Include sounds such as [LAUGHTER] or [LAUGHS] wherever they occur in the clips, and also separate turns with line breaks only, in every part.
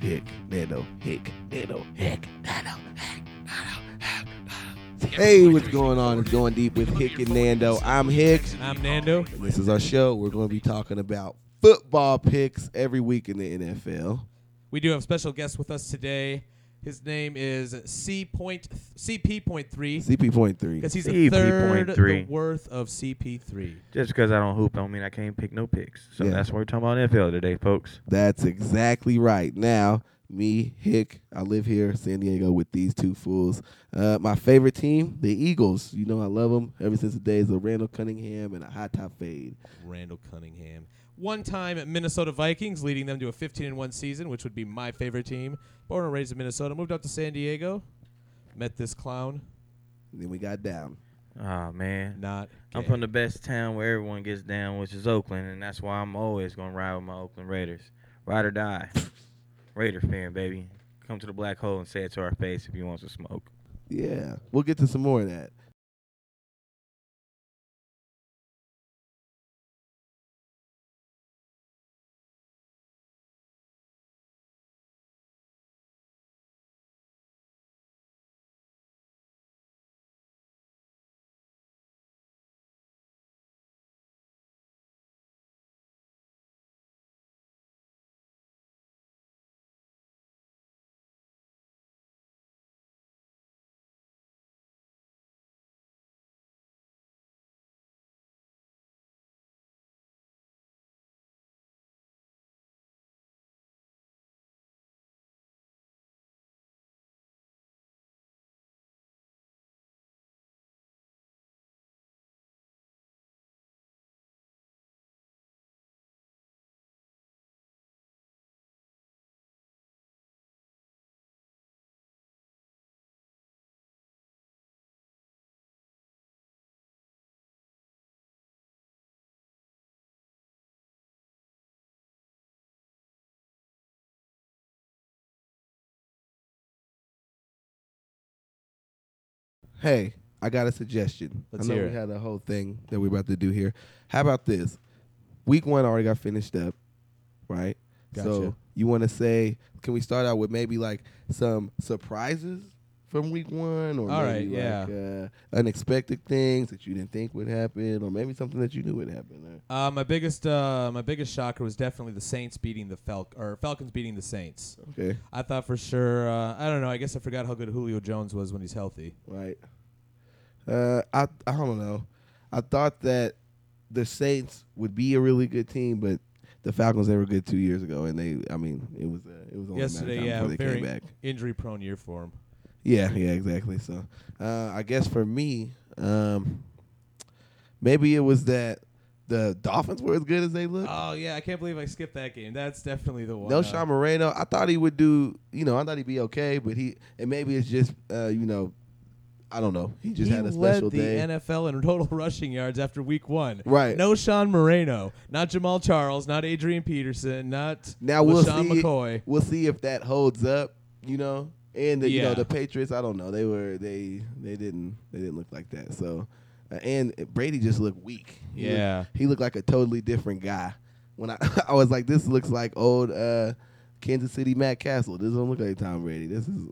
Hick, nano, hick, nano, hick, nano, hick, nano. Hey, what's going on? It's going deep with Hick and Nando. I'm Hick.
I'm Nando.
This is our show. We're going to be talking about football picks every week in the NFL.
We do have a special guest with us today. His name is C point CP point three because
CP.3.
he's a
CP.3.
third the worth of CP three.
Just because I don't hoop, don't mean I can't pick no picks. So
Yeah.
that's why we're talking about NFL today, folks.
That's exactly right. Now, me, Hick, I live here, San Diego, with these two fools. Uh, my favorite team, the Eagles. You know I love them ever since the days of Randall Cunningham and a high top fade.
Randall Cunningham, one time Minnesota Vikings, leading them to a 15 and one season, which would be my favorite team. Born and raised in Minnesota, moved out to San Diego, met this clown.
And then we got down.
Oh, man.
Not
I'm
gay.
from the best town where everyone gets down, which is Oakland, and that's why I'm always going to ride with my Oakland Raiders. Ride
[LAUGHS]
or die. Raider fan, baby. Come to the black hole and say it to our face if you want some smoke.
Yeah, we'll get to some more of that. Hey, I got a suggestion.
Let's
I know
hear
we
it.
had a whole thing that we're about to do here. How about this? Week one already got finished up, right?
Gotcha.
So you want to say, can we start out with maybe like some surprises from week one, or
All
maybe
right,
like uh, unexpected things that you didn't think would happen, or maybe something that you knew would happen? uh,
Uh, my biggest uh, my biggest shocker was definitely the Saints beating the Falc or Falcons beating the Saints.
Okay,
I thought for sure. Uh, I don't know. I guess I forgot how good Julio Jones was when he's healthy.
right. Uh, I I don't know. I thought that the Saints would be a really good team, but the Falcons they were good two years ago, and they I mean it was uh, it was only
Yesterday,
a matter of time
yeah,
before they
very-
came back.
Injury prone year for him.
Yeah, yeah, exactly. So, uh, I guess for me, um, maybe it was that the Dolphins were as good as they looked.
Oh yeah, I can't believe I skipped that game. That's definitely the one.
no
Uh,
Sean Moreno. I thought he would do. You know, I thought he'd be okay, but he and maybe it's just uh, you know, I don't know. He just
he
had a special
led the
day.
NFL in total [LAUGHS] rushing yards after Week One.
Right.
No Sean Moreno, not Jamal Charles, not Adrian Peterson, not
now we'll
LaShawn
see.
McCoy.
We'll see if that holds up. You know, and the, you know
Yeah.
the Patriots. I don't know. They were they they didn't they didn't look like that. So, uh, and Brady just looked weak. He looked-
Yeah.
he looked like a totally different guy. When I [LAUGHS] I was like, this looks like old uh, Kansas City Matt Castle. This don't look like Tom Brady. This is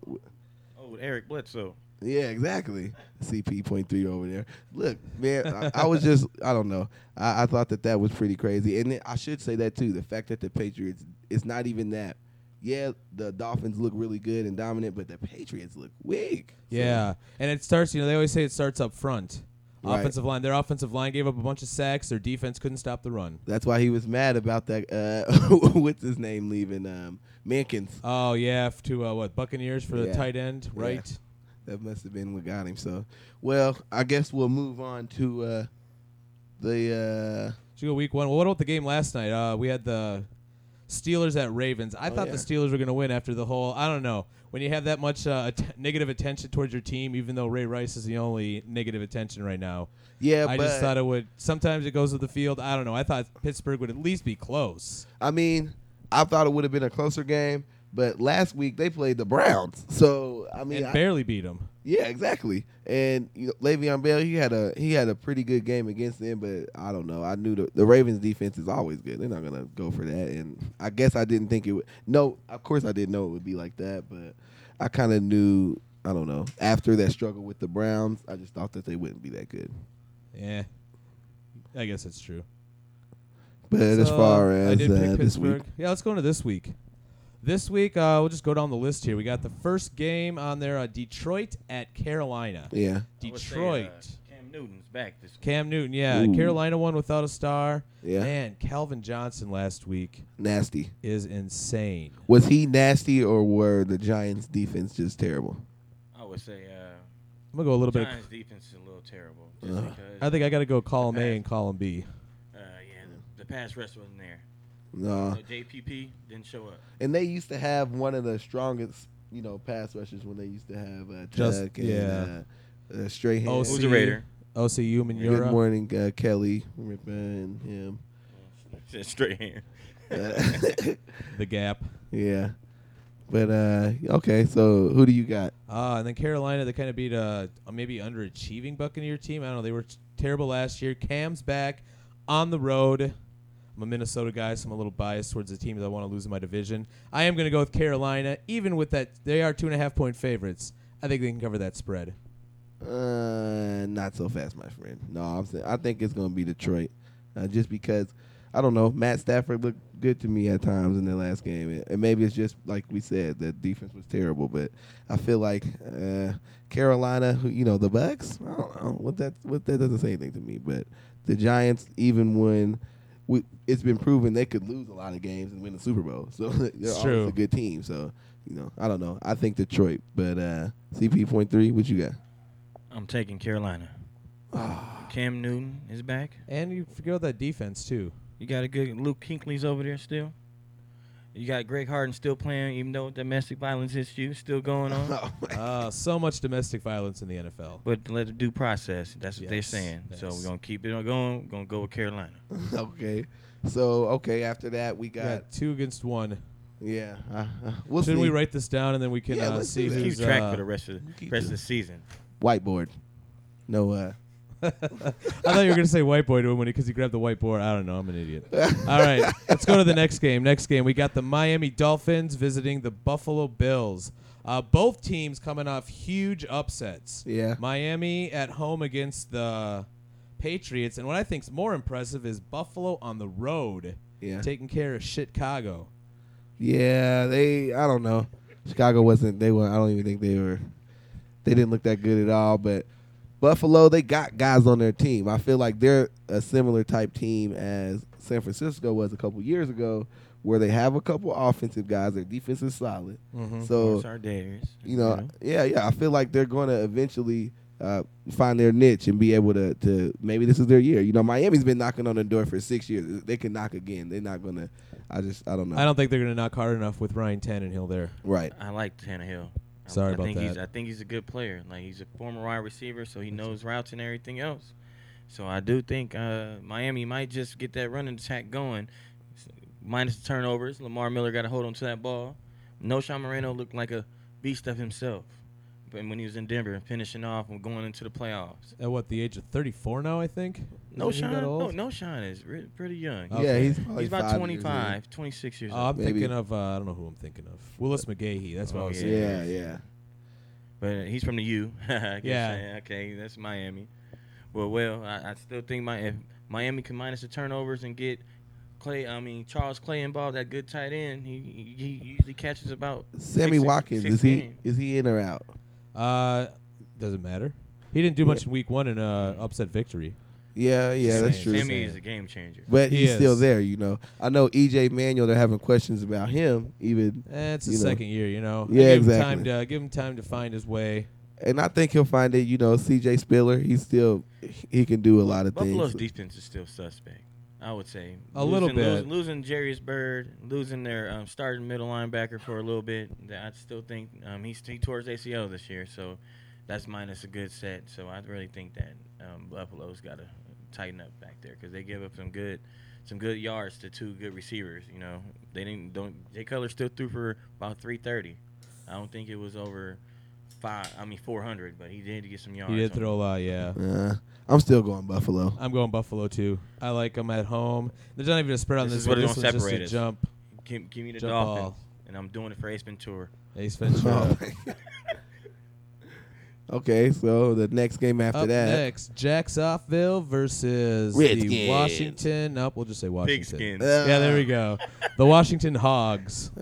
Oh, Eric Bledsoe.
yeah, exactly. CP point three over there. Look, man, I, I was
[LAUGHS]
just I don't know. I, I thought that that was pretty crazy, and then I should say that too. The fact that the Patriots, it's not even that. Yeah, the Dolphins look really good and dominant, but the Patriots look weak.
Yeah, and it starts. You know, they always say it starts up front.
Right.
Offensive line. Their offensive line gave up a bunch of sacks. Their defense couldn't stop the run.
That's why he was mad about that. Uh, [LAUGHS] what's his name leaving? Um, Mankins.
Oh yeah, f- to uh, what Buccaneers for the
Yeah.
tight end,
Yeah.
right?
That must have been what got him. So, well, I guess we'll move on to uh, the. Uh,
Should we go week one. Well, what about the game last night? Uh, we had the Steelers at Ravens. I
Oh,
thought
yeah.
the Steelers were going to win after the whole. I don't know when you have that much uh, att- negative attention towards your team, even though Ray Rice is the only negative attention right now.
yeah,
I
but
just thought it would. Sometimes it goes to the field. I don't know. I thought Pittsburgh would at least be close.
I mean, I thought it would have been a closer game, but last week they played the Browns. So I mean,
and
I-
barely beat them.
Yeah, exactly. And you know, Le'Veon Bell, he had a he had a pretty good game against them, but I don't know. I knew the, the Ravens defense is always good. They're not gonna go for that. And I guess I didn't think it would. No, of course I didn't know it would be like that, but I kind of knew. I don't know. After that struggle with the Browns, I just thought that they wouldn't be that good.
Yeah, I guess that's true.
But as
So,
far
I
as
did pick
uh, this
Pittsburgh.
week,
Yeah, let's go into this week. This week, uh, we'll just go down the list here. We got the first game on there: uh, Detroit at Carolina.
yeah,
I would say, uh,
Detroit.
Cam Newton's back this week.
Cam Newton, yeah.
Ooh.
Carolina won without a star.
Yeah.
Man, Calvin Johnson last week
nasty.
is insane.
Was he nasty or were the Giants' defense just terrible?
I would say uh,
I'm gonna go a little bit.
Giants' defense is a little terrible. Just
Ugh.
because,
Of, I think I gotta go column A
Pass.
and column B.
uh, yeah, the, the pass rush wasn't there.
No.
so JPP didn't show up. [LAUGHS]
and they used to have one of the strongest, you know, pass rushers when they used to have uh,
Just-
Tuck and
yeah.
uh, uh, Strahan.
Oh,
Who's
see.
a Raider?
OCU
Good
Manura.
morning, uh, Kelly Ripa and
[LAUGHS]
him.
Said Straight here.
Uh, [LAUGHS]
The gap.
yeah, but uh, okay. So who do you got?
Uh, and then Carolina, they kind of beat a, a maybe underachieving Buccaneer team. I don't know. They were t- terrible last year. Cam's back on the road. I'm a Minnesota guy, so I'm a little biased towards the team that I want to lose in my division. I am going to go with Carolina, even with that. They are two and a half point favorites. I think they can cover that spread.
Uh, not so fast, my friend. No, I'm saying I think it's gonna be Detroit, uh, just because I don't know. Matt Stafford looked good to me at times in the last game, and, and maybe it's just like we said, the defense was terrible. But I feel like uh, Carolina, who you know, the Bucks. I don't know what that what that doesn't say anything to me. But the Giants, even when we, it's been proven they could lose a lot of games and win the Super Bowl, [LAUGHS] so they're always
true.
a good team. So you know, I don't know. I think Detroit, but uh, CP point three. What you got?
I'm taking Carolina. Cam Newton is back.
And you forget about that defense,
[LAUGHS]
too.
You got a good Luke Kinkley's over there still. You got Greg Harden still playing, even though domestic violence issue is still going on.
[LAUGHS] Oh,
[LAUGHS]
my-
Uh, so much domestic violence in the NFL.
but let it due process. That's what they're
Yes,
saying. So
yes.
we're gonna keep it on going. We're gonna go with Carolina.
okay. So okay, after that we
We
got
got two against one.
yeah. Uh, uh, we'll
Shouldn't
see.
we write this down and then we can
Yeah,
uh,
let's
see
do that.
who's
Keep track
uh,
for the rest of the
keep
rest
it.
of the season.
whiteboard? No. Uh,
I thought you were gonna say whiteboard to him when he because he grabbed the whiteboard. I don't know. I'm an idiot. All right, let's go to the next game. Next game, we got the Miami Dolphins visiting the Buffalo Bills. Uh, both teams coming off huge upsets.
Yeah.
Miami at home against the Patriots, and what I think's more impressive is Buffalo on the road,
Yeah.
taking care of Chicago.
yeah. They. I don't know. Chicago wasn't. They were. I don't even think they were. They didn't look that good at all. But Buffalo, they got guys on their team. I feel like they're a similar type team as San Francisco was a couple years ago, where they have a couple offensive guys. Their defense is solid. Mm-hmm. So
It's our days.
you know, yeah, yeah. I feel like they're going to eventually uh, find their niche and be able to, to maybe this is their year. You know, Miami's been knocking on the door for six years. They can knock again. They're not gonna. I just, I don't know.
I don't think they're gonna knock hard enough with Ryan Tannenhill there.
right.
I like Tannehill. I-
Sorry
I
about
think He's,
that.
I think he's a good player. Like he's a former wide receiver, so he knows routes and everything else. So I do think uh, Miami might just get that running attack going, S- minus the turnovers. Lamar Miller got to hold on to that ball. No, Sean Moreno looked like a beast of himself, but when he was in Denver, finishing off and going into the playoffs.
At what the age of 34 now, I think. Is
No,
it he got
Sean. No,
old? Uh,
no, Sean is re- pretty young.
Okay.
Yeah, he's probably
He's about
five years
25, 26 years
Oh,
old.
I'm
Maybe.
thinking of uh, I don't know who I'm thinking of. Willis McGahee. That's what I
Oh,
was
yeah.
old.
saying.
Yeah, yeah.
But he's from the U. [LAUGHS] I guess,
Yeah.
uh, Okay, that's Miami. Well, well, I, I still think my if Miami can minus the turnovers and get Clay. I mean Charles Clay involved. That good tight end. He he, he usually catches about.
Sammy
six-
Watkins
six
is he
games.
is he in or out?
Uh, doesn't matter. He didn't do much in week one in uh, upset victory.
Yeah, yeah, that's
Same.
true.
Sammy
Sam.
is a game changer.
But
He
he's still
is.
there. You know, I know EJ Manuel. They're having questions about him even,
Eh, it's his
You know.
second year, you know.
Yeah,
give Him
exactly.
time to, give him time to find his way.
and I think he'll find it. You know, CJ Spiller. He's still he can do a lot of
Buffalo's
things.
defense is still suspect. I would say
A little
Losing- lose-
bit.
Losing, Jarius Bird, losing their um, starting middle linebacker for a little bit. that I still think um, he's he tore his ACL this year, so that's minus a good set. So I really think that um, Buffalo's got to tighten up back there because they give up some good some good yards to two good receivers. You know they didn't don't Jay Cutler still threw for about three thirty. I don't think it was over. five. I mean, four hundred, but he did get some yards.
He did
on-
throw a lot, yeah.
Uh, I'm still going Buffalo.
I'm going Buffalo too. I like them at home. There's not even a spread on
This
this,
is what
one.
it
This
don't
one's just
separate
a
us.
jump.
Give, give me the
Jump
Dolphins,
ball.
and I'm doing it for Ace Ventura.
[LAUGHS]
Ace Ventura.
Oh, man. okay, so the next game after
Up
that,
next, Jacksonville versus the
Redskins.
Washington. Nope, we'll just say Washington.
Pigskin.
Uh,
Yeah, there we go. The Washington Hogs.
[LAUGHS]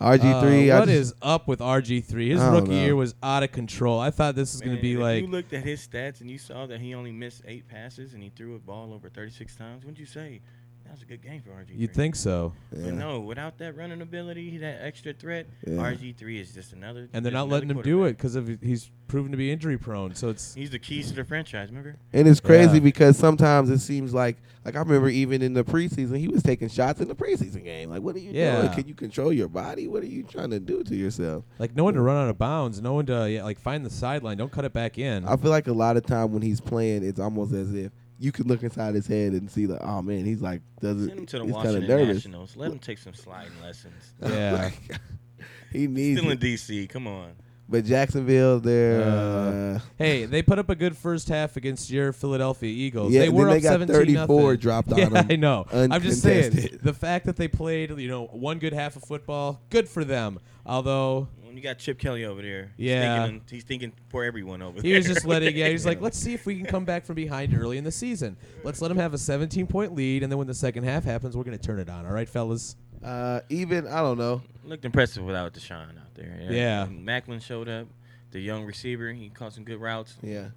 RG3.
Uh,
I
what
just-
is up with RG3? His
I don't
rookie
know.
year was out of control. I thought this was going
Man,
to be
if
like
you looked at his stats and you saw that he only missed eight passes and he threw a ball over 36 times. Wouldn't you say that was a good game for RG?
you'd think so.
Yeah.
But no, without that running ability, that extra threat,
Yeah.
RG3 is just another.
And they're
just
not letting him
another
do it
quarterback.
because he's proven to be injury prone. So it's
He's the keys to the franchise. Remember?
And it's crazy
Yeah.
because sometimes it seems like like I remember even in the preseason he was taking shots in the preseason game. Like what are you
Yeah.
doing? Can you control your body? What are you trying to do to yourself?
like no one to run out of bounds, no one to yeah, like find the sideline. Don't cut it back in.
I feel like a lot of time when he's playing, it's almost as if you can look inside his head and see like, oh man, he's like doesn't.
Send him to the
he's kind of
Washington
nervous.
Nationals. Let him take some sliding lessons.
[LAUGHS]
yeah.
he needs.
Still in
It.
DC. Come on.
But Jacksonville, they're uh,
Uh, Hey, they put up a good first half against your Philadelphia Eagles.
Yeah,
they
and
were
then
up
they got
17
34
[LAUGHS] nothing.
dropped on
yeah,
them
I know. I'm just saying
uncontested.
the fact that they played, you know, one good half of football, good for them. Although
When you got Chip Kelly over there,
Yeah.
he's thinking, he's thinking for everyone over
he
there.
was just letting
[LAUGHS]
yeah,
[LAUGHS]
he's like, let's see if we can come back from behind early in the season. Let's let them have a 17 point lead, and then when the second half happens, we're gonna turn it on. All right, fellas.
uh, even I don't know.
looked impressive without Deshaun out there.
Yeah.
Macklin showed up. The young receiver, he caught some good routes.
Yeah,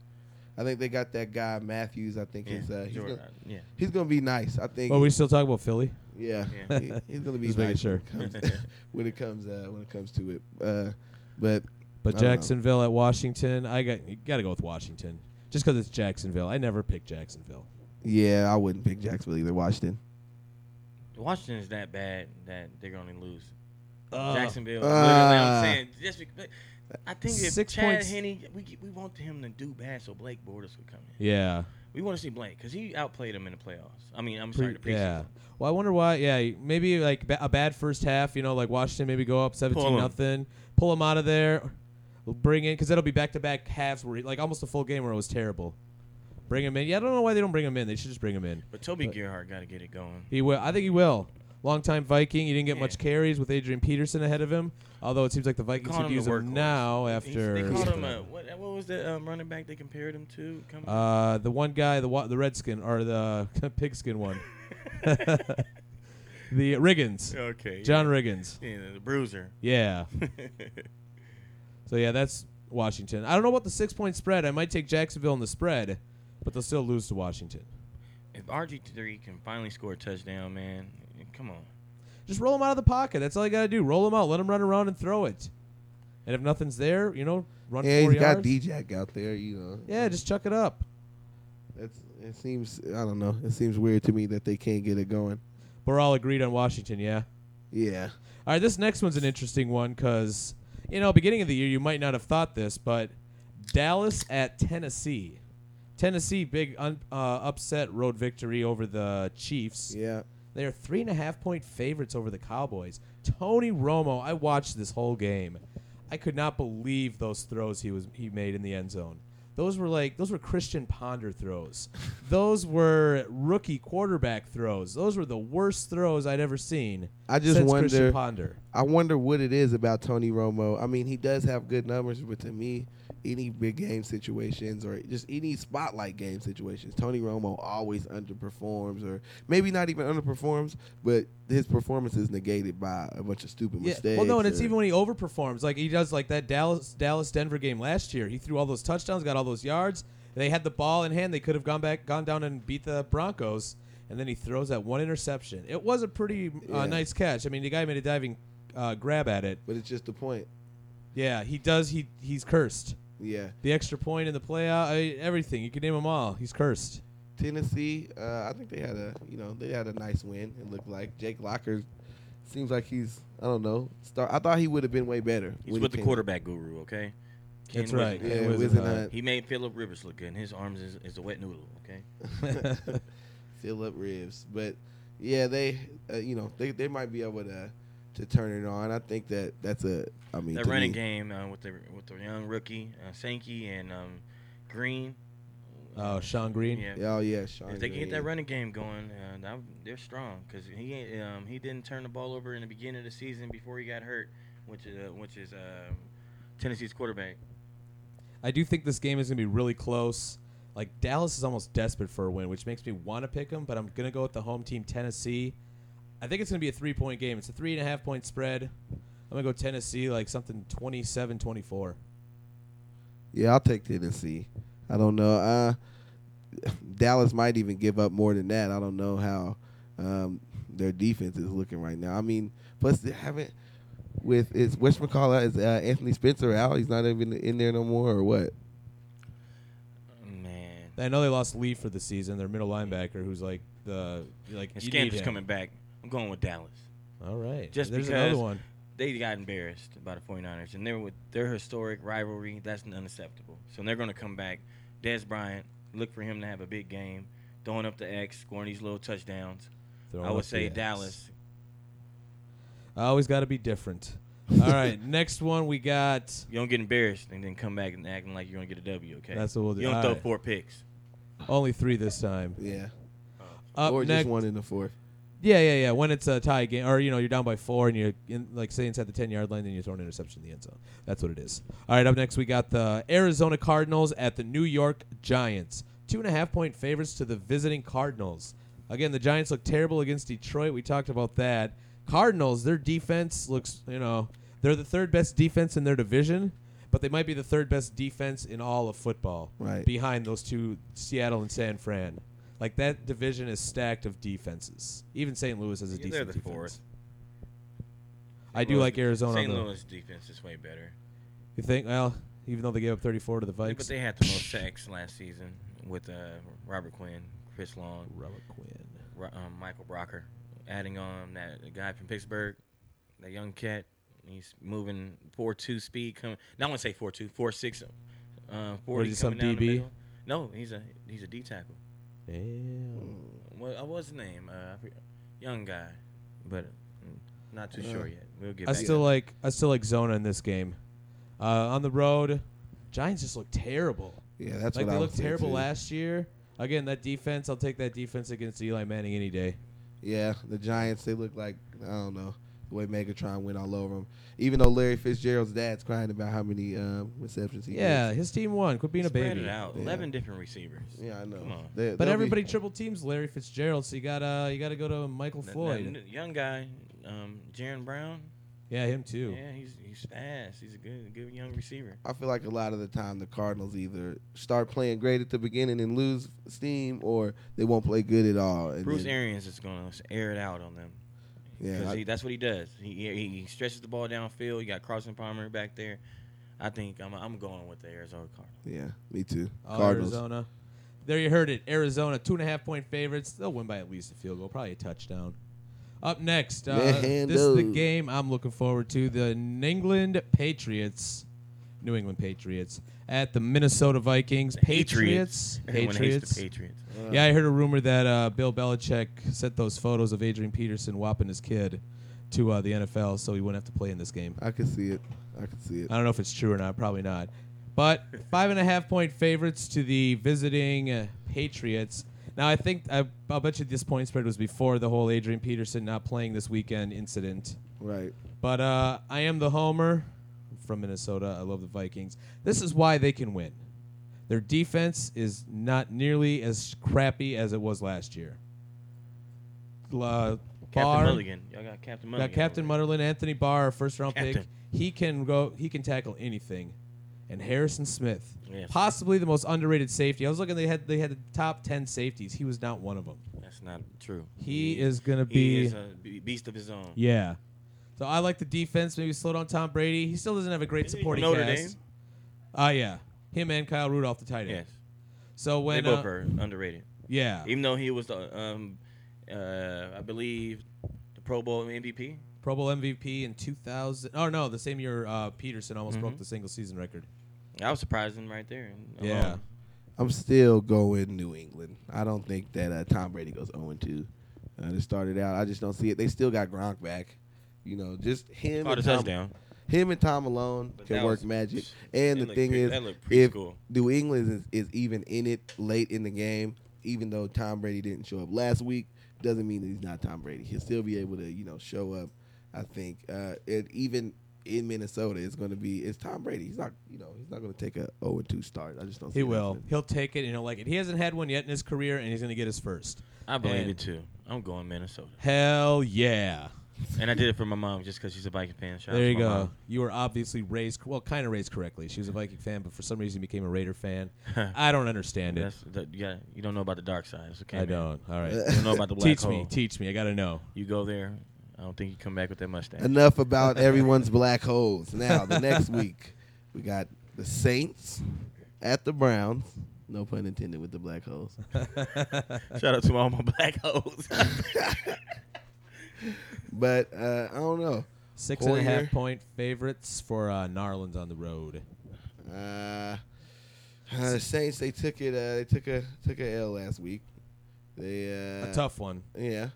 I think they got that guy Matthews. I think
Yeah,
he's uh, he's,
Jordan,
gonna,
uh, yeah.
he's gonna be nice. I think.
Well, we still talking about Philly.
Yeah,
Yeah.
he- he's gonna be
Just making
nice
sure.
when it comes, [LAUGHS] when it comes uh, when it comes to it. Uh, but I
But
don't know.
Jacksonville at Washington, I got you got to go with Washington just because it's Jacksonville. I never pick Jacksonville.
yeah, I wouldn't pick Jacksonville either. Washington.
Washington is that bad that they're going to lose.
Ugh.
Jacksonville.
Ah.
literally, I'm saying. Just because, I think if
uh, Six
Chad
points.
Henney, we, we want him to do bad so Blake Borders could come in.
Yeah.
We want to see Blake because he outplayed him in the playoffs. I mean, I'm
Pre-
sorry, the preseason.
yeah. Well, I wonder why. Yeah, maybe like ba- a bad first half. You know, like Washington maybe go up seventeen
Pull 'em.
nothing, pull them out of there, bring in because that'll be back to back halves where like almost a full game where it was terrible. Bring him in. Yeah, I don't know why they don't bring him in. They should just bring him in.
But Toby Gerhart got to get it going.
He will. I think he will. Longtime Viking. He didn't get much carries with Adrian Peterson ahead of him. Although it seems like the Vikings
Calling
could
him
use
the
him
workhorse.
now
He's-
after.
they called him
something.
a what, what was the um, running back they compared him to? Come on.
Uh, the one guy, the wa- the redskin or the [LAUGHS] pigskin one, the Riggins,
okay.
John Riggins.
Yeah, the bruiser.
Yeah. So yeah, that's Washington. I don't know about the six point spread. I might take Jacksonville in the spread, but they'll still lose to Washington.
if RG3 can finally score a touchdown, man, come on.
Just roll them out of the pocket. That's all you gotta do. Roll them out. Let them run around and throw it. And if nothing's there, you know, run
Yeah,
four
he's got
yards.
D Jack out there. You know.
yeah, just chuck it up.
That's it seems. I don't know. It seems weird to me that they can't get it going.
We're all agreed on Washington. Yeah.
Yeah.
All right, this next one's an interesting one because you know, beginning of the year, you might not have thought this, but Dallas at Tennessee. Tennessee big un- uh, upset road victory over the Chiefs.
Yeah.
They are three and a half point favorites over the Cowboys. Tony Romo, I watched this whole game. I could not believe those throws he was he made in the end zone. Those were like those were Christian Ponder throws. Those were rookie quarterback throws. Those were the worst throws I'd ever seen.
I just
since
wonder-
Christian Ponder.
I wonder what it is about Tony Romo. I mean, he does have good numbers, but to me, any big game situations or just any spotlight game situations, Tony Romo always underperforms, or maybe not even underperforms, but his performance is negated by a bunch of stupid
Yeah.
mistakes.
Well, no, and it's
or-
even when he overperforms. Like he does, like that Dallas Dallas Denver game last year. He threw all those touchdowns, got all those yards. They had the ball in hand. They could have gone back, gone down and beat the Broncos, and then he throws that one interception. It was a pretty uh,
Yeah.
nice catch. I mean, the guy made a diving uh, grab at it.
But it's just the point.
Yeah, he does. He he's cursed.
Yeah.
The extra point in the playoff, I, everything you can name them all. He's cursed.
Tennessee, uh, I think they had a you know they had a nice win. It looked like Jake Locker seems like he's I don't know. Start, I thought he would have been way better.
He's
when he
with the
came-
quarterback guru, okay? Ken
That's right.
Whittington.
Yeah,
It was,
Wisenhunt,
He made Philip Rivers look good, and his arms is, is a wet noodle, okay?
[LAUGHS] Philip Rivers, but yeah, they uh, you know they, they might be able to to turn it on. I think that that's a. I mean,
That
to
running
me-
game uh, with the with the young rookie uh, Sankey and um, Green.
Oh, Sean Green.
Yeah.
Oh yeah, Sean.
If they can get that
Green.
running game going, uh, that- they're strong because he ain't- um, he didn't turn the ball over in the beginning of the season before he got hurt, which is uh, which is um Tennessee's quarterback.
I do think this game is going to be really close. Like Dallas is almost desperate for a win, which makes me want to pick them, but I'm going to go with the home team, Tennessee. I think it's going to be a three point game. It's a three and a half point spread. I'm going to go Tennessee, like something 27 24.
Yeah, I'll take Tennessee. I don't know. Uh, [LAUGHS] Dallas might even give up more than that. I don't know how um, their defense is looking right now. I mean, plus they haven't with is West McCullough is uh, Anthony Spencer out. He's not even in there no more, or what?
Man,
I know they lost Lee for the season, their middle linebacker, who's like the. like
and
you
Scamp
need
is
him.
coming back. I'm going with Dallas.
All right.
Just
There's
because-
another one.
They got embarrassed by the 49ers, and they're with their historic rivalry. That's unacceptable. So they're going to come back. Des Bryant, look for him to have a big game, throwing up the X, scoring these little touchdowns.
Throwing
I would
up
say
the X.
Dallas.
I always got to be different. All
[LAUGHS]
right. Next one we got.
You don't get embarrassed and then come back and acting like you're going to get a W. Okay,
That's what we'll do.
You don't
All
throw
right.
four picks.
Only three this time.
[LAUGHS] Yeah,
Up
or
next,
just one in the fourth.
Yeah, yeah, yeah. When it's a tie game, or you know, you're down by four, and you're in, like say inside the ten yard line, then you throw an interception in the end zone. That's what it is. All right, up next we got the Arizona Cardinals at the New York Giants. Two and a half point favorites to the visiting Cardinals. Again, the Giants look terrible against Detroit. We talked about that. Cardinals, their defense looks, you know, they're the third best defense in their division, but they might be the third best defense in all of football.
Right.
Behind those two, Seattle and San Fran. Like that division is stacked of defenses. Even St. Louis has a
Yeah,
decent
they're the
defense.
fourth.
I do like Arizona.
St.
though.
Louis defense is way better.
You think? Well, even though they gave up 34 to the
Yeah,
Vikes.
But they had the most sacks last season with uh, Robert Quinn, Chris Long,
Robert Quinn.
Ro- um, Michael Brocker. Adding on that guy from Pittsburgh, that young cat. He's moving four two speed. Coming, not want to say four two, four six. Uh, 40
he,
coming
some
down the
DB?
middle. No, he's a he's a D tackle.
Damn.
What, uh, what was his name? Uh, I forget- young guy, but mm, not too
Uh,
sure yet. We'll get.
I
back to
still
that.
like. I still like Zona in this game. Uh, on the road, Giants just look terrible.
Yeah, that's
like
what
they
I
looked
would say,
terrible
too.
last year. Again, that defense. I'll take that defense against Eli Manning any day.
Yeah, the Giants. They look like I don't know the way Megatron went all over them. Even though Larry Fitzgerald's dad's crying about how many um, receptions he gets.
Yeah, his team won. Quit being a
Spread
baby.
it out.
Yeah.
Eleven different receivers.
yeah, I know.
Come on.
They-
But
they'll be-
everybody triple teams Larry Fitzgerald, so you gotta you gotta go to Michael
That- that
Floyd.
n- young guy, um, Jaron Brown.
yeah, him too.
Yeah, he's he's fast. He's a good good young receiver.
I feel like a lot of the time the Cardinals either start playing great at the beginning and lose steam, or they won't play good at all. And
Bruce
then-
Arians is gonna s- air it out on them.
yeah,
'Cause
I-
he, that's what he does. He, he he stretches the ball downfield. You got Carson Palmer back there. I think I'm I'm going with the Arizona Cardinals.
yeah, me too.
Oh,
Cardinals.
Arizona. There you heard it. Arizona, two and a half point favorites. They'll win by at least a field goal, probably a touchdown. Up next, uh,
Man,
this is the
dude.
game I'm looking forward to. The New England Patriots, New England Patriots, at the Minnesota Vikings. Patriots.
Everyone hates the Patriots.
Uh,
Yeah, I heard a rumor that uh, Bill Belichick sent those photos of Adrian Peterson whopping his kid to uh, the NFL so he wouldn't have to play in this game.
I can see it. I can see it.
I don't know if it's true or not. Probably not. But five and a half point favorites to the visiting uh, Patriots. Now I think I, I'll bet you this point spread was before the whole Adrian Peterson not playing this weekend incident.
Right.
But uh, I am the homer from Minnesota. I love the Vikings. This is why they can win. Their defense is not nearly as crappy as it was last year. Uh,
Captain
Barr-
Mulligan. Y'all got Captain
we got
Mulligan.
Captain
over
Mutterlin, Anthony Barr, first round pick.
Captain.
He can go. He can tackle anything. And Harrison Smith,
Yes.
possibly the most underrated safety. I was looking. They had they had the top ten safeties. He was not one of them.
there. That's not true.
He is gonna
he
be
is a be- beast of his own.
yeah. So I like the defense. Maybe slow down Tom Brady. He still doesn't have a great
Isn't he
supporting
Notre
cast.
Dame?
Ah, yeah, him and Kyle Rudolph, the tight end.
Yes,
So
they
when
both
uh,
are underrated.
yeah,
Even though he was the, um, uh, I believe, the Pro Bowl MVP.
Pro Bowl MVP in 2000. Oh no, the same year uh, Peterson almost broke the single season record.
I was surprising right there.
Yeah.
Um,
I'm still going New England. I don't think oh that uh, Tom Brady goes 0 2. Uh, they started out. I just don't see it. They still got Gronk back. You know, just him
Caught
and
a
Tom,
touchdown.
him and Tom alone
But
can
that
work
was-
magic. And the
that looked
thing
pre-
is,
that looked
if
preschool.
New England is, is even in it late in the game, even though Tom Brady didn't show up last week, doesn't mean that he's not Tom Brady. He'll still be able to, you know, show up. I think, uh, and even in Minnesota, it's going to be it's Tom Brady. He's not, you know, he's not going to take a zero and two start. I just don't. see
He
that
will.
happening.
He'll take it and he'll like it. He hasn't had one yet in his career, and he's gonna get his first.
I believe
And-
it too. I'm going Minnesota,
Hell yeah!
and I did it for my mom just because she's a Viking fan. Shout out
There
to
you
my
go.
mom.
You were obviously raised well, kind of raised correctly. She was a Viking fan, but for some reason became a Raider
[LAUGHS]
fan. I don't understand it.
That's that, yeah. You don't know about the dark side. It's okay.
I
man.
don't. All right.
[LAUGHS] You don't know about the black
teach
hole.
me. Teach me. I gotta
[LAUGHS]
know.
You go there. I don't think you come back with that mustache.
Enough
[LAUGHS]
about everyone's black holes. Now the next week, we got the Saints at the Browns. No pun intended with the black holes.
Shout out to all my [LAUGHS] black
[LAUGHS]
hoes.
But uh, I don't know.
Six and a half
Hoyer.
point favorites for uh, Narlands on the road.
Uh, uh, the Saints they took it. Uh, they took a took a L last week. They uh,
a tough one.
Yeah,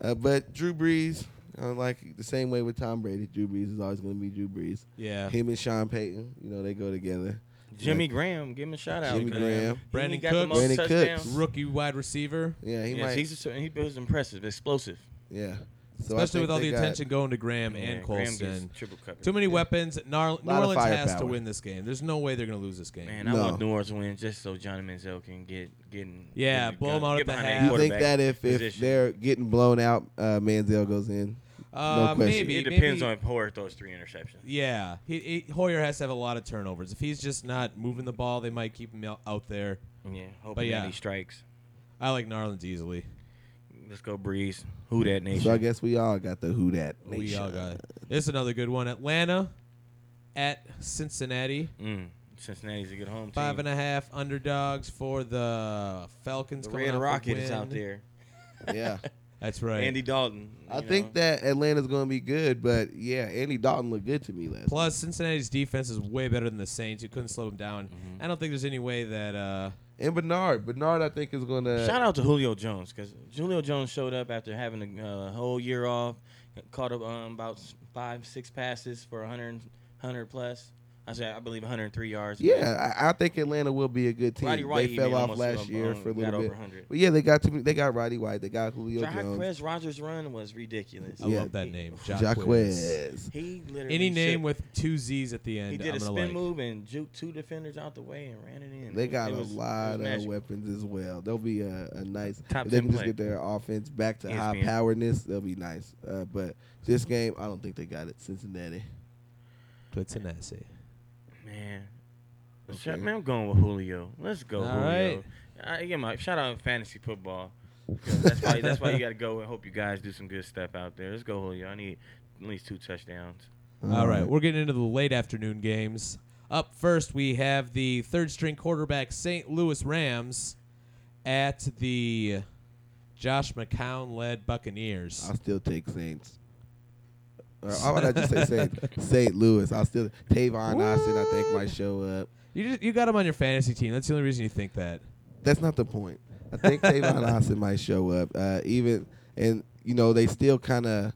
uh, but Drew Brees. Uh, like the same way with Tom Brady, Drew Brees is always going to be Drew Brees.
Yeah.
Him and Sean Payton, you know, they go together.
Jimmy Graham, give him a shout out.
Jimmy
man.
Graham.
He
Brandon
got the
Cooks.
most
Brandon
touchdowns.
Cooks.
Rookie wide receiver.
Yeah, he
Yes,
might.
he's a, he was impressive, explosive.
yeah, so I
Especially
think
with all
they
the
got-
attention going to Graham
Yeah,
and
Graham
Colston.
gets triple covered.
Too many weapons. Nar- New
of
Orleans has to
firepower.
win this game. There's no way they're going to lose this game.
Man,
No.
I want New Orleans to win just so Johnny Manziel can get getting.
Yeah,
get
blow him
gun-
out
get
at the
behind that
half.
You think
quarterback
that if, if
position.
they're getting blown out, uh, Manziel goes in?
uh,
no question.
maybe
it depends
maybe-
on if Hoyer throws three interceptions.
Yeah, he, he, Hoyer has to have a lot of turnovers. If he's just not moving the ball, they might keep him out- out there.
Yeah, hoping
yeah.
that he strikes.
I like Narlands easily.
Let's go, Breeze. Who that nation?
So I guess we all got the who that.
We all
nation.
got it. This is another good one. Atlanta at Cincinnati.
Mm, Cincinnati's a good home team.
Five and a half underdogs for the Falcons.
the
coming
Red
off a
Rocket is
win.
out there.
[LAUGHS]
[LAUGHS]
Yeah.
That's right.
Andy Dalton.
I
you
think
know.
that Atlanta's going to be good, but yeah, Andy Dalton looked good to me last.
Plus, Cincinnati's defense is way better than the Saints, who couldn't slow them down.
Mm-hmm.
I don't think there's any way that. Uh,
night. And Bernard, Bernard, I think is going to
Shout out to Julio Jones because Julio Jones showed up after having a uh, whole year off, caught up um, about s- five, six passes for 100, 100 plus. I said I believe 103 yards.
Yeah, I, I think Atlanta will be a good team.
Roddy White
they
even
fell off
almost,
last
um,
year
um,
for a
got
little
over
bit.
100.
But yeah, they got too many, they got Roddy White, they got Julio Jones,
Jaquez Rogers' run was ridiculous.
I
Yeah.
love that name. Jacquez.
Jaquez.
He literally
Any name
shipped-
with two Z's at the end.
he
I'm
did a
gonna
spin
like.
move and juked two defenders out the way and ran it in.
They got
It
a
was- it
lot
was
of
magical.
weapons as well. They'll be a, a nice.
Top
if they
10
can just
play. E
get their offense back to high
ESPN.
powerness. They'll be nice. Uh, but this game, I don't think they got it.
[LAUGHS]
Cincinnati.
Cincinnati.
Man.
Okay.
Shout- man, I'm going with Julio. Let's go,
All
Julio.
right.
I, yeah, my shout out fantasy football. 'Cause That's why that's why you gotta go and hope you guys do some good stuff out there. Let's go, Julio. I need at least two touchdowns.
Um,
All right, we're getting into the late afternoon games. Up first, we have the third string quarterback St. Louis Rams at the Josh McCown led Buccaneers.
I'll still take Saints. Or, why would I just
[LAUGHS]
say Saints? St. Louis. I'll still Tavon Austin. I think might show up.
You just, you got him on your fantasy team. That's the only reason you think that.
That's not the point. I think
[LAUGHS]
Tavon Austin might show up. Uh, even and you know they still kind of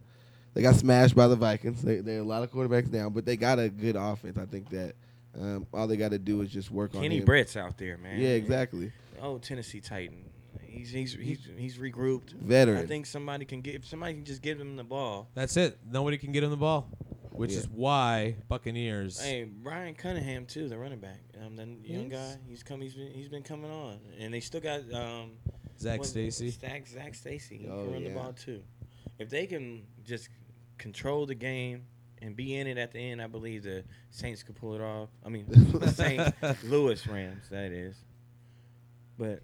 they got smashed by the Vikings. They, they're a lot of quarterbacks down, but they got a good offense. I think that um, all they got to do is just work on
Kenny
him.
Brett's out there, man.
Yeah, exactly.
Oh, Tennessee Titan. He's he's he's he's regrouped.
Veteran.
I think somebody can get if somebody can just give him the ball.
That's it. Nobody can get him the ball, which
Yeah.
is why Buccaneers.
Hey, Ryan Cunningham too, the running back. Um, the
Yes.
young guy. He's come. He's been. He's been coming on, and they still got um.
Zach
what's-
Stacy.
Zach Zach Stacy. He
Oh,
can run
yeah.
the ball too. If they can just control the game and be in it at the end, I believe the Saints could pull it off.
[LAUGHS]
I mean, the [LAUGHS] Saints,
[LAUGHS]
Lewis Rams, that is. But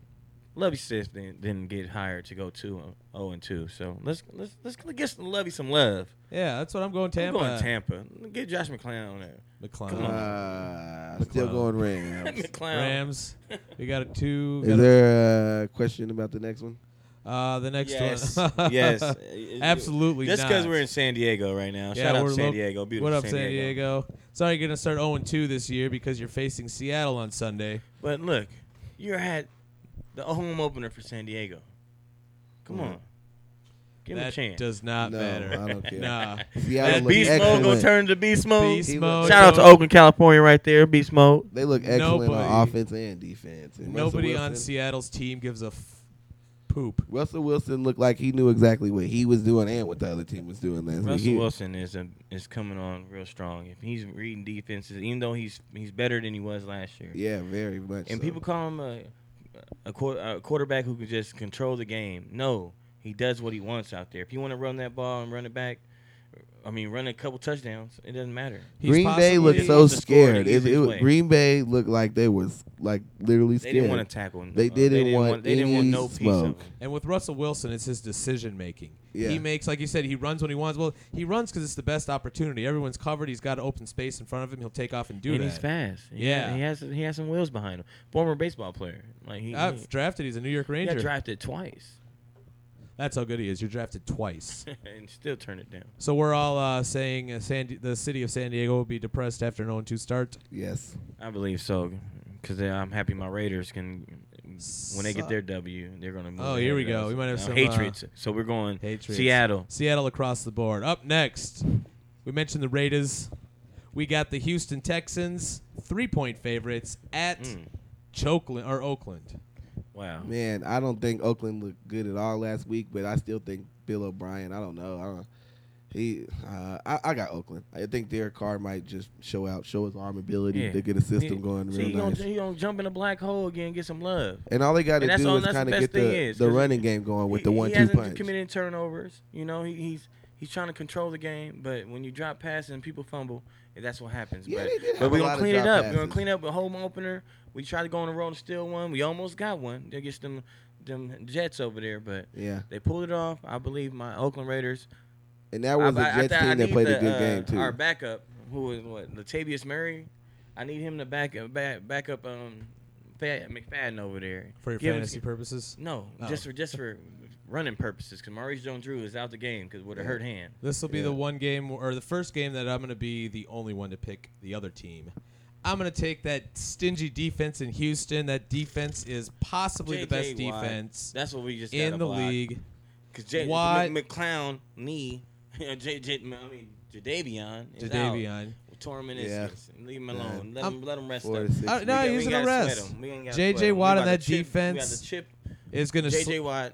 Lovey sis didn't, didn't get hired to go to uh, zero and two. So let's let's let's get some Lovey some love.
Yeah, that's what I'm going Tampa.
I'm going Tampa. Get Josh McClown on there.
McClown.
Come on.
Uh,
McClown.
still going
[LAUGHS]
Rams.
McClown.
Rams. We got a two.
Is
got a-
there a question about the next one?
uh, the next [LAUGHS]
yes.
one.
yes. Uh,
Absolutely
Just
not.
because we're in San Diego right now.
Yeah,
Shout out
we're
to San
lo-
Diego. Beautiful
What up,
San Diego.
Sorry, you're gonna start 0 2 this year because you're facing Seattle on Sunday.
But look, you're at the home opener for San Diego. Come on. Give him
Mm-hmm.
a
that
chance.
does not
No,
matter.
I
[LAUGHS]
don't care.
[LAUGHS]
Nah.
Seattle
that
look
beast mode gonna
excellent.
turn to beast mode.
Beast
He was-
mode.
Shout out to
no-
Oakland, California, right there. Beast mode.
They look excellent on
Nobody-
offense and defense. And Russell
Nobody on
Wilson-
Seattle's team gives a f- poop.
Russell Wilson looked like he knew exactly what he was doing and what the other team was doing last week.
Russell
He-
Wilson is a, is coming on real strong. If he's reading defenses, even though he's he's better than he was last year.
Yeah, very much.
And
so.
people call him a, a, quar- a quarterback who can just control the game. No, he does what he wants out there. If you want to run that ball and run it back, I mean, run a couple touchdowns, it doesn't matter.
He's
Green Bay
possibly-
looked
He's
so
the scorer
scared.
in
It, it
his
was-
way.
Green Bay looked like they was like literally
They
scared.
didn't want to tackle him.
They
Uh,
didn't want
They didn't want
any
no piece of him.
smoke.
And with Russell Wilson, it's his decision making.
Yeah.
He makes, like you said, he runs when he wants. Well, he runs because it's the best opportunity. Everyone's covered. He's got open space in front of him. He'll take off and do
and
that.
he's fast. He-
Yeah.
he has he has some wheels behind him. Former baseball player. Like he,
I've
he-
drafted. He's a New York
he
Ranger.
got drafted twice [LAUGHS]
That's how good he is. You're drafted twice.
and still turned it down.
so we're all uh, saying uh, San Di- the city of San Diego will be depressed after an 0-2 start.
Yes.
I believe so, because I'm happy my Raiders can. When they get their W, they're gonna. Move
Oh, here
ahead
we
of
go.
us.
We might have
Now,
some, uh,
hatreds. so we're going
Patriots.
Seattle.
Seattle across the board. Up next, we mentioned the Raiders. We got the Houston Texans, three-point favorites at
Mm,
Chokeland or Oakland.
wow.
Man, I don't think Oakland looked good at all last week, but I still think Bill O'Brien. I don't know. I don't, he, uh, I, I got Oakland. I think Derek Carr might just show out, show his arm ability
Yeah.
to get a system
Yeah.
going
See, he
real
gonna,
nice.
he gonna jump in a black hole again, and get some love.
and all they got to
And that's
do
all-
is
that's the
kind of get
best thing
the,
is,
the
'cause
running game going with
He-
the one
he
two
hasn't
punch.
committed turnovers. You know, he, he's he's trying to control the game, but when you drop passes and people fumble, that's what happens.
Yeah,
but
they did
but
have
we're
a
gonna
lot of
clean it
drop
up. We're gonna
passes.
clean up a home opener. We tried to go on the road and steal one. We almost got one against them them Jets over there, but
Yeah,
they pulled it off. I believe my Oakland Raiders.
and that was a
I- I- I
Jets
thi- I
team that
need
played
the,
a good
uh,
game too.
Our backup, who is what Latavius Murray, I need him to back up back, back up um Fa- McFadden over there
For your
Give him-
fantasy purposes,
no,
Oh.
just for just for running purposes, because Maurice Jones-Drew is out the game because with a hurt hand.
this will be the
Yeah.
one game w- or the first game that I'm going to be the only one to pick the other team. I'm going to take that stingy defense in Houston. That defense is possibly the best
J.J. Watt,
defense
That's what we just
in the league.
Because J-
Watt-
Mc- McClown knee, [LAUGHS] J- J- I mean Jadavion is out.
Jadavion.
Torn
Yeah.
meniscus. Leave him alone. Let
I'm-
him let him rest
Four
up.
to six.
Uh,
We
no,
got-
he's
we
in
got-
gonna rest. J.J. Watt on that defense.
Chip,
Is going to
J.J. Watt.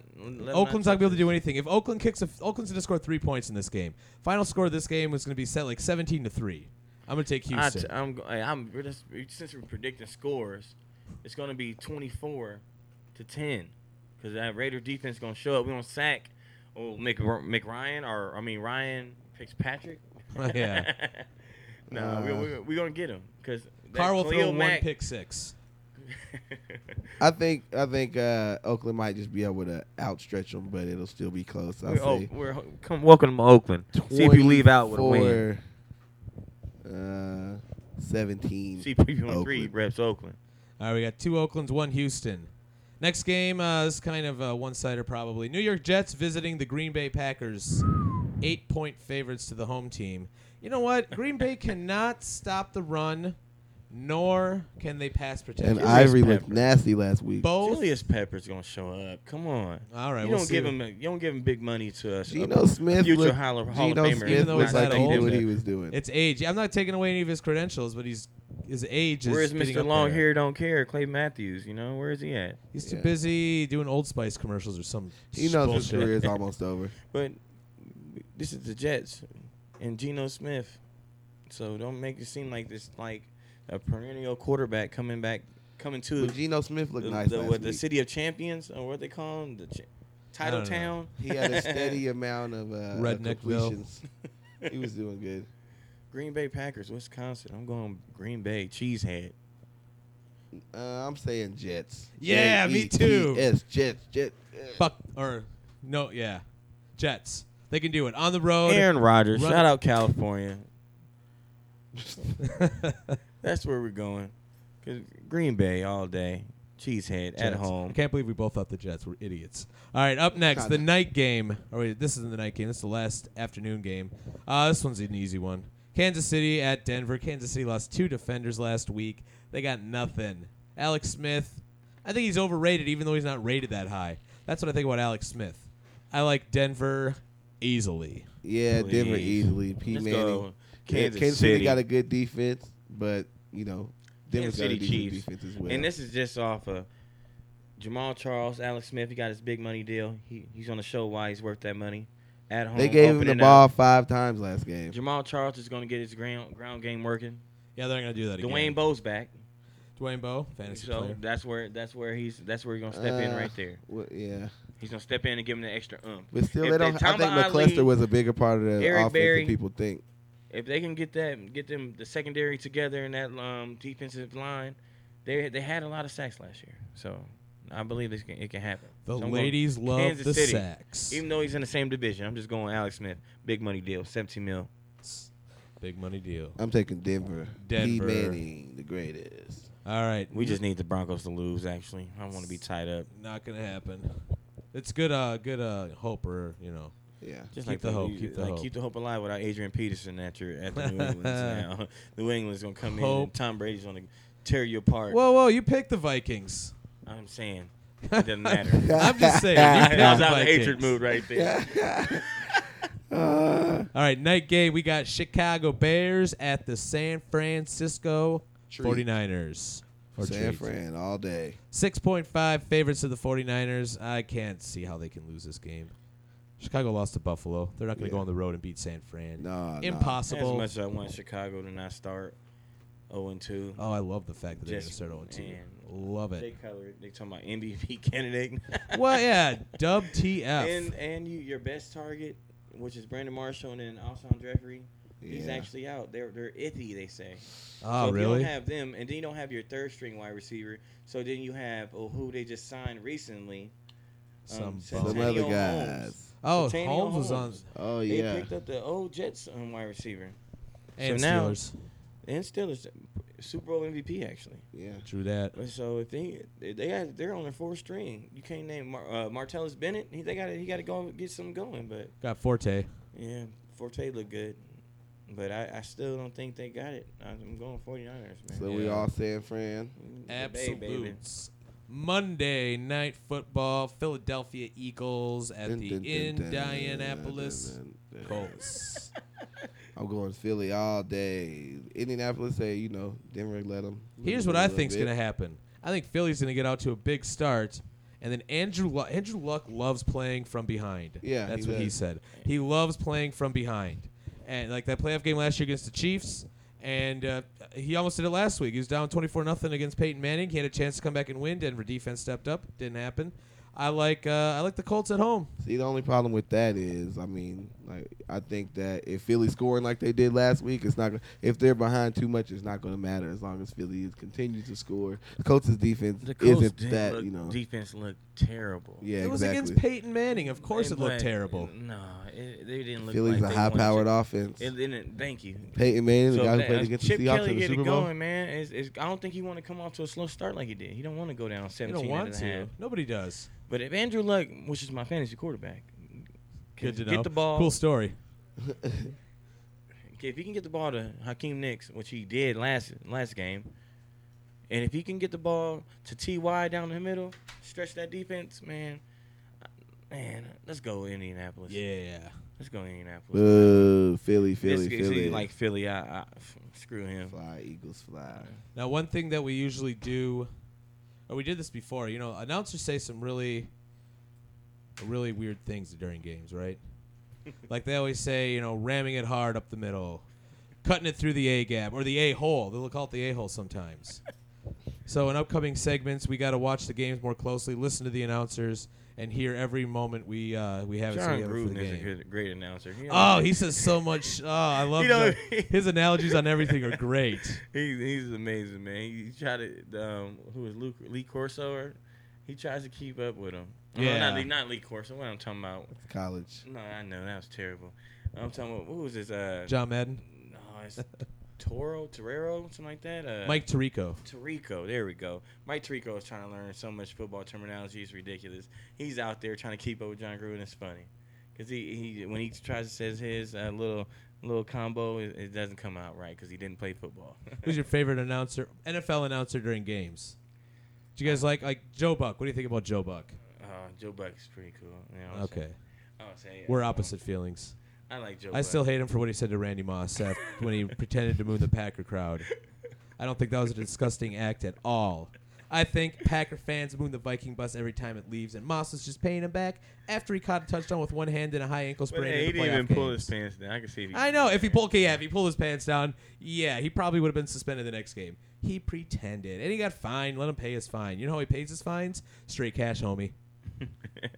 Oakland's not gonna be able to do anything. If Oakland kicks, a, Oakland's gonna score three points in this game. Final score of this game was gonna be set like seventeen to three. I'm gonna take
I
Houston.
t-
uh,
I'm, go- hey, I'm we're just, we- since we're predicting scores, it's going to be 24 to 10 because that Raider defense going to show up. We're going to sack oh, Mick, Mick Ryan or I mean Ryan
[LAUGHS]
Fitzpatrick.
Oh,
[LAUGHS]
Yeah.
no,
Uh,
we're, we're, we're going to get him because
Carr will throw one
[LAUGHS]
pick six.
I think I think uh, Oakland might just be able to outstretch them, but it'll still be close. I'll
we're, oh,
say
we're ho- come welcome to Oakland. See if you leave out with a win.
24, Uh, seventeen.
See if you win three
Oakland.
reps Oakland.
All right, we got two Oaklands, one Houston. Next game uh, is kind of a one-sider, probably. New York Jets visiting the Green Bay Packers, eight-point favorites to the home team. You know what? Green
[LAUGHS]
Bay cannot stop the run, nor can they pass protection.
And
Julius
Ivory looked
Peppers.
nasty last week.
Both.
Julius Pepper's going to show up. Come on.
Oh. All right,
you
we'll
don't
see
give
what-
him. You don't give him big money to us.
Geno Smith
future
looked,
Hall of- Hall of
Geno
Famer.
Smith
Even though
looked
he's
like
not
he
old.
knew what he was doing.
It's age. I'm not taking away any of his credentials, but he's his age is.
Where's
getting
Mr.
up
Long
there.
Hair Don't Care? Clay Matthews. You know where is he at?
He's too
Yeah.
busy doing Old Spice commercials or some.
he knows his
bullshit.
career is almost
[LAUGHS]
over.
But this is the Jets and Geno Smith, so don't make it seem like this like a perennial quarterback coming back coming to
But Geno Smith
the,
looked nice
the,
last
what, the
week.
city of champions or what they call him the ch- title
don't know.
town.
He had
[LAUGHS]
a steady amount of uh,
Redneckville.
completions. He was doing good.
Green Bay Packers, Wisconsin. I'm going Green Bay Cheesehead.
Uh, I'm saying Jets.
Yeah, me too.
Yes, Jets, Jets. Jets.
[LAUGHS] Fuck or no, yeah, Jets. They can do it on Oh, the road.
Aaron Rodgers.
Run-
Shout out California.
[LAUGHS]
That's where we're going. 'Cause Green Bay all day. Cheesehead at
Jets. I
home.
can't believe we both thought the Jets were idiots. All right, up next, the
Kinda.
night game. Oh, wait, this isn't the night game. This is the last afternoon game. Uh, this one's an easy one. Kansas City at Denver. Kansas City lost two defenders last week. They got nothing. Alex Smith, I think he's overrated, even though he's not rated that high. That's what I think about Alex Smith. I like Denver easily.
Yeah, Denver
Please.
easily. P
Let's
Manning.
go. Kansas,
City.
City.
got a good defense, but you know, Denver's
Kansas
got a
City
decent
Chiefs.
defense as well.
And this is just off of Jamal Charles, Alex Smith. He got his big money deal. He, he's on the show why he's worth that money. At home,
they gave him
open
the
it
ball
up.
five times last game.
Jamal Charles is going to get his ground ground game working.
Yeah, they're not gonna do that
Dwayne
again.
Bowe's back,
Dwayne Bowe, fantasy
so
player.
that's where that's where he's that's where he's going to step in
Uh,
right there.
Well, yeah,
He's going to step in and give him the extra um.
but still,
If
they
they-
don't. I
Tamba
think
Ali,
McCluster was a bigger part of the
Eric
offense
Berry.
than people think.
If they can get that, get them the secondary together and that um, defensive line, they they had a lot of sacks last year. So I believe this can, it can happen.
The
So I'm going-
ladies love
Kansas
the
City.
sacks.
even though he's in the same division, I'm just going Alex Smith, big money deal, 17 mil.
Big money deal.
I'm taking Denver. P
Denver.
Manning, the greatest.
All right,
We just need the Broncos to lose. Actually, I want to be tied up.
not gonna happen. It's good, uh, good, uh, hope or you know,
Yeah.
Just
Keep
like
the hope,
you-
keep the
like,
hope.
Keep the hope alive without Adrian Peterson at your
[LAUGHS]
at the New England. now. [LAUGHS] New England's gonna come in.
Hope.
and Tom Brady's gonna tear you apart.
Whoa, whoa! You picked the Vikings.
I'm saying
[LAUGHS]
it doesn't matter. [LAUGHS]
I'm just saying. You picked
that was
the
out of
Vikings.
hatred mood right
[LAUGHS]
there.
[LAUGHS] Uh,
All right, night game. We got Chicago Bears at the San Francisco
Treat.
49ers. Or
San
treat.
Fran all day.
6.5 favorites to the 49ers. I can't see how they can lose this game. Chicago lost to Buffalo. They're not going to
Yeah.
go on the road and beat San Fran.
Nah, nah.
As
Impossible.
much as I want Chicago to not start 0 and 2.
Oh, I love the fact that
Just-
they're going to start 0
man.
2. Love
They
it.
color. They talking about MVP [LAUGHS] candidate.
well, yeah, dub TF.
and and you your best target, which is Brandon Marshall and then Alshon Jeffrey, he's
Yeah.
actually out. They're they're iffy, they say.
oh,
so if You
really?
don't have them, and then you don't have your third string wide receiver. So then you have oh, who they just signed recently.
Some
um, Santana
bum.
Some other
Holmes.
guys.
Oh,
Santonio
Holmes was on.
Holmes.
Oh
E They
yeah.
picked up the old Jets um, wide receiver
And
So now-
Steelers.
and Steelers Super Bowl MVP actually.
Yeah.
Drew that.
So if they they got they're on their fourth string, you can't name Mar- uh, Martellus Bennett. He, they got he got to go get something going, but.
Got Forte.
Yeah, Forte looked good, but I, I still don't think they got it. I'm going 49ers, man.
So we
Yeah.
all San Fran.
The Bay, baby.
Absolutes. Monday night football, Philadelphia Eagles at
Dun,
the
dun, dun, dun,
Indianapolis
dun, dun, dun.
Colts.
I'm going Philly all day. Indianapolis, say you know, Denver let them.
Here's what I think's gonna happen. I think Philly's gonna get out to a big start, and then Andrew Lu- Andrew Luck loves playing from behind.
Yeah,
that's
he
what he
does.
said. He loves playing from behind, and like that playoff game last year against the Chiefs, and uh, he almost did it last week. He was down twenty four nothing against Peyton Manning. He had a chance to come back and win. Denver defense stepped up. Didn't happen. I like uh, I like the Colts at home.
See, the only problem with that is, I mean, like I think that if Philly scoring like they did last week, it's not. gonna If they're behind too much, it's not going to matter as long as Philly is- continues to score. The Colts' defense
The Colts
isn't
did
that
look-
you know.
defense looked terrible.
Yeah,
it was
exactly.
against Peyton Manning. Of course,
They
it looked
played-
terrible.
No, it, they didn't look.
Philly's
like
a
they wanted
high-powered
to-
offense.
It didn't. Thank you.
Peyton Manning, the
So
guy who
that-
played against
Chip
the Seahawks
Kelly
in the
get
Super
it
Bowl.
going, man. It's, it's, I don't think he want to come off to a slow start like he did. He don't want to go down
You
17
don't want
at the half.
to. Nobody does.
But if Andrew Luck, which is my fantasy quarterback, can
Good to
get
know.
the ball,
Cool story.
[LAUGHS]
Okay, if he can get the ball to Hakeem Nicks, which he did last last game, and if he can get the ball to Ty down the middle, stretch that defense, man, man, let's go Indianapolis.
Yeah.
let's go Indianapolis.
Boo, Uh, Philly, Philly,
This- see,
Philly.
like Philly, I, I f- screw him.
fly, Eagles fly.
Now, one thing that we usually do, or we did this before, you know, announcers say some really, really weird things during games, right? like they always say, you know, ramming it hard up the middle, cutting it through the A gap or the A hole. They'll call it the A hole sometimes. so, in upcoming segments, we got to watch the games more closely, listen to the announcers, and hear every moment we uh, we have it
John
together for the
Gruden is a
game.
good, great announcer. He
[LAUGHS] Oh, he says so much. Oh, I love
You know-
the- his analogies on everything are great.
He, he's amazing, man. He tried to um, who was Luke Lee Corso? Or, he tries to keep up with him.
Yeah.
no, not, Lee- not Lee Corso. What I'm talking about?
College.
No, I know that was terrible. I'm talking about who was this? Uh,
John Madden,
no, it's Toro, Torero, something like that. Uh,
Mike Tirico.
Tirico. There we go. Mike Tirico is trying to learn so much football terminology. It's ridiculous. He's out there trying to keep up with John Gruden. It's funny because he, he when he tries to says his uh, little little combo, it, it doesn't come out right because he didn't play football.
Who's your favorite announcer, NFL announcer during games? Do you guys like like Joe Buck? What do you think about Joe Buck?
Uh, Joe Buck is pretty cool. You know what I'm saying?
Okay,
I would say, yeah.
We're opposite feelings.
I like Joe.
I still
Buck.
hate him for what he said to Randy Moss after, when
[LAUGHS]
he pretended to move the Packer crowd. I don't think that was a disgusting act at all. I think Packer fans moon the Viking bus every time it leaves, and Moss is just paying him back after he caught a touchdown with one hand and a high ankle
But,
sprain.
hey,
in
he
the
didn't even
playoff
pull
games.
his pants down. I can see. If he
I know. If he pulled, okay, yeah, if he pulled his pants down, yeah, he probably would have been suspended the next game. He pretended, and he got fined. Let him pay his fine. You know how he pays his fines? Straight cash, homie.
[LAUGHS]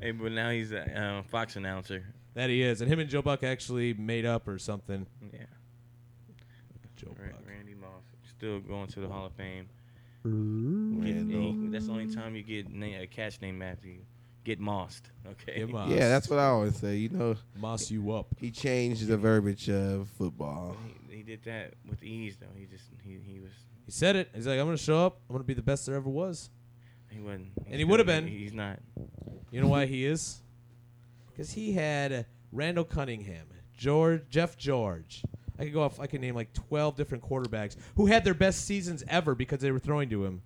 hey, but now he's a um, Fox announcer.
That he is. And him and Joe Buck actually made up or something.
Yeah,
Joe
Ra-
Buck.
Randy Moss still going to the Hall of Fame. Get-
Randall.
he- that's the only time you get na- a catch named after you. Get mossed. [LAUGHS] Okay.
Get mossed.
Yeah, that's what I always say. You know,
Moss you up.
he changed the verbiage of football.
He, he did that with ease though. He just he, he was
He said it. He's like, I'm gonna show up. I'm gonna be the best there ever was.
he wasn't.
And he would've been.
He's not.
You know why he is? [LAUGHS] Because he had Randall Cunningham, George, Jeff George. I could go off. I could name like 12 different quarterbacks who had their best seasons ever because they were throwing to him.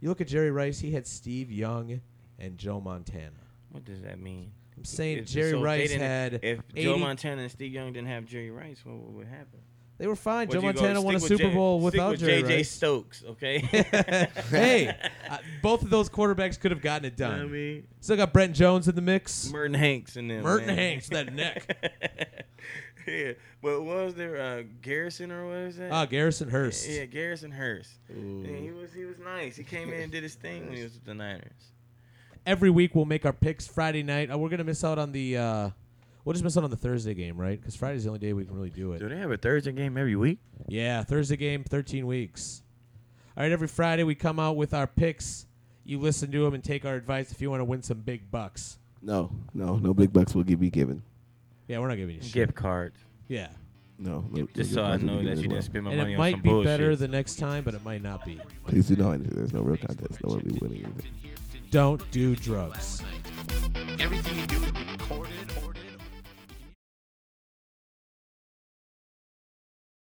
You look at Jerry Rice. He had Steve Young and Joe Montana.
What does that mean?
I'm saying
If-
Jerry
so if they
Rice
didn't-
had.
If
80
Joe Montana and Steve Young didn't have Jerry Rice, what, what would happen?
they were fine. Joe
Would you go
Montana won a
stick with
Super
J-
Bowl
stick
without
with
Jerry
J.J.
Rice. [LAUGHS]
[LAUGHS] Stokes. Okay.
hey,
[LAUGHS]
uh, both of those quarterbacks could have gotten it
You know what
done.
I mean?
Still got Brent Jones in the mix.
Merton Hanks and them.
Merton
man.
Hanks, that neck.
[LAUGHS] yeah, but what was there uh, Garrison or what was that?
Ah, Garrison Hurst.
Yeah, Garrison Hurst. Yeah, he
Ooh.
was he was nice. He came in and did his thing when he was with the Niners.
Every week we'll make our picks Friday night. Uh, we're gonna miss out on the. Uh, we'll just miss out on the Thursday game, right? Because Friday's the only day we can really do it.
they have a Thursday game every week?
Yeah, Thursday game, 13 weeks. All right, every Friday we come out with our picks. You listen to them and take our advice if you want to win some big bucks.
No, no, no big bucks will gi- be given.
Yeah, we're not giving you shit.
Gift card.
Yeah,
No, no
Just
no big
so I
bucks will
know
be given
that you
as well.
didn't spend my
and
money
it
on
might
some
be
bullshit.
better the next time, but it might not be.
Please do not. There's no real contest. No one will be winning. Either.
Don't do drugs.
Everything you do would be